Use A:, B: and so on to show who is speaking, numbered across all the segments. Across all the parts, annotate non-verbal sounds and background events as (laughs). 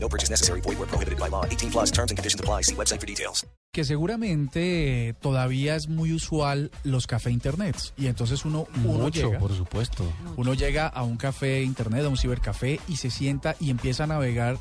A: No purchase necessary. Void where prohibited by law. 18 plus terms and conditions apply. See website for details.
B: que seguramente eh, todavía es muy usual los café internets y entonces uno uno
C: Mucho,
B: llega
C: por supuesto.
B: uno llega a un café internet a un cibercafé y se sienta y empieza a navegar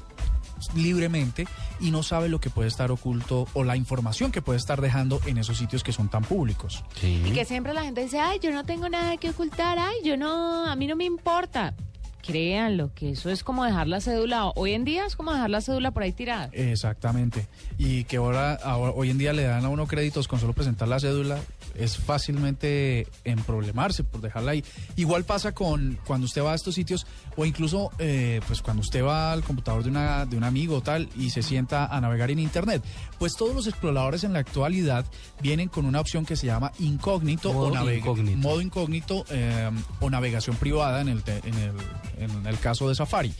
B: libremente y no sabe lo que puede estar oculto o la información que puede estar dejando en esos sitios que son tan públicos
C: Sí.
D: Y que siempre la gente dice, ay, yo no tengo nada que ocultar, ay, yo no, a mí no me importa. Créanlo, que eso es como dejar la cédula, hoy en día es como dejar la cédula por ahí tirada.
B: exactamente y que ahora, ahora- hoy en día le dan a uno créditos con solo presentar la cédula es fácilmente emproblemarse por dejarla ahí igual pasa con cuando usted va a estos sitios o incluso eh, pues cuando usted va al computador de una de un amigo o tal y se sienta a navegar en internet pues todos los exploradores en la actualidad vienen con una opción que se llama incógnito o
C: Modo
B: navega-
C: incógnito.
B: modo incógnito eh, o navegación privada en el, te- en el- en el caso de Safari.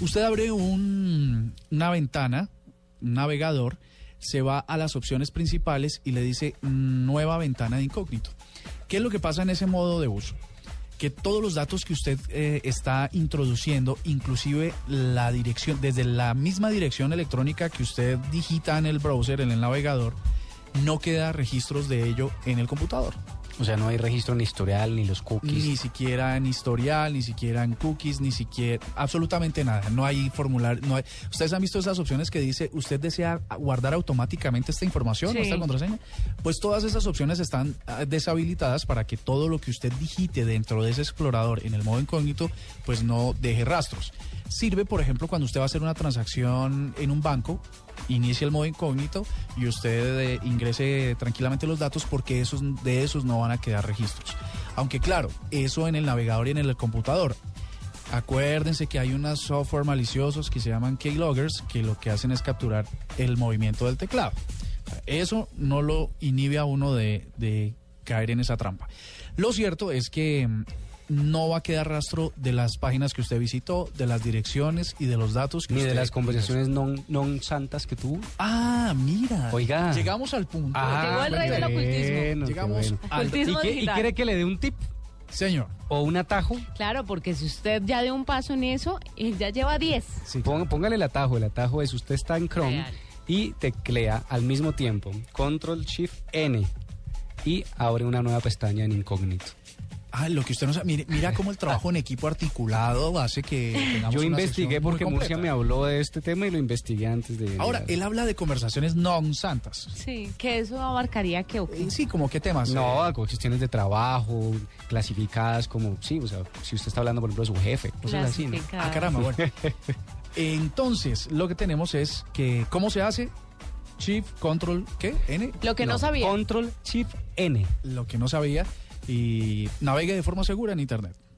B: Usted abre un- una ventana, un navegador, se va a las opciones principales y le dice nueva ventana de incógnito. ¿Qué es lo que pasa en ese modo de uso? Que todos los datos que usted eh, está introduciendo, inclusive la dirección, desde la misma dirección electrónica que usted digita en el browser, en el navegador, no queda registros de ello en el computador.
C: O sea, no hay registro ni historial, ni los cookies.
B: Ni siquiera en historial, ni siquiera en cookies, ni siquiera absolutamente nada. No hay formular, no hay. Ustedes han visto esas opciones que dice, ¿usted desea guardar automáticamente esta información,
D: Sí.
B: esta contraseña? Pues todas esas opciones están ah, deshabilitadas para que todo lo que usted digite dentro de ese explorador en el modo incógnito, pues no deje rastros. Sirve, por ejemplo, cuando usted va a hacer una transacción en un banco, inicie el modo incógnito y usted eh, ingrese tranquilamente los datos porque esos, de esos no van a quedar registros. Aunque claro, eso en el navegador y en el computador. Acuérdense que hay unos software maliciosos que se llaman keyloggers que lo que hacen es capturar el movimiento del teclado. Eso no lo inhibe a uno de, de caer en esa trampa. Lo cierto es que mm, no va a quedar rastro de las páginas que usted visitó, de las direcciones y de los datos que
C: Ni
B: usted
C: de las conversaciones non, non santas que tuvo.
B: Ah, mira.
C: Oiga. Ah,
B: Llegamos al punto.
D: Llegó el rey del
C: bueno,
D: ocultismo.
C: qué
B: Llegamos
C: bueno.
B: al
C: ¿Y,
D: Ocultismo
C: qué- y
D: digital.
C: quiere que le dé un tip
B: señor.
C: o un atajo?
D: Claro, porque si usted ya dio un paso en eso, él ya lleva 10.
B: Sí,
C: Pon- póngale el atajo. El atajo es usted está en Chrome
D: Real.
C: y teclea al mismo tiempo Control Shift N y abre una nueva pestaña en incógnito.
B: Ah, lo que usted no sabe. Mire, mira cómo el trabajo en equipo articulado hace
C: (laughs)
B: que tengamos
C: Yo
B: una
C: investigué
B: sección muy
C: porque Murcia me
B: completa.
C: habló de este tema y lo investigué antes de.
B: Ahora, él habla de conversaciones non santas.
D: Sí. Que eso abarcaría que, ok.
B: Eh, Sí, como qué temas.
C: No,
B: Eh,
C: con cuestiones de trabajo, clasificadas como, sí, o sea, si usted está hablando, por ejemplo, de su jefe, cosas así, ¿no?
D: Clasificadas.
B: ah, caramba, bueno. Entonces, lo que tenemos es que, ¿cómo se hace? Shift, control, ¿qué? N.
D: Lo que no, sabía.
C: Control Shift N.
B: Lo que no sabía. Y navegue de forma segura en Internet.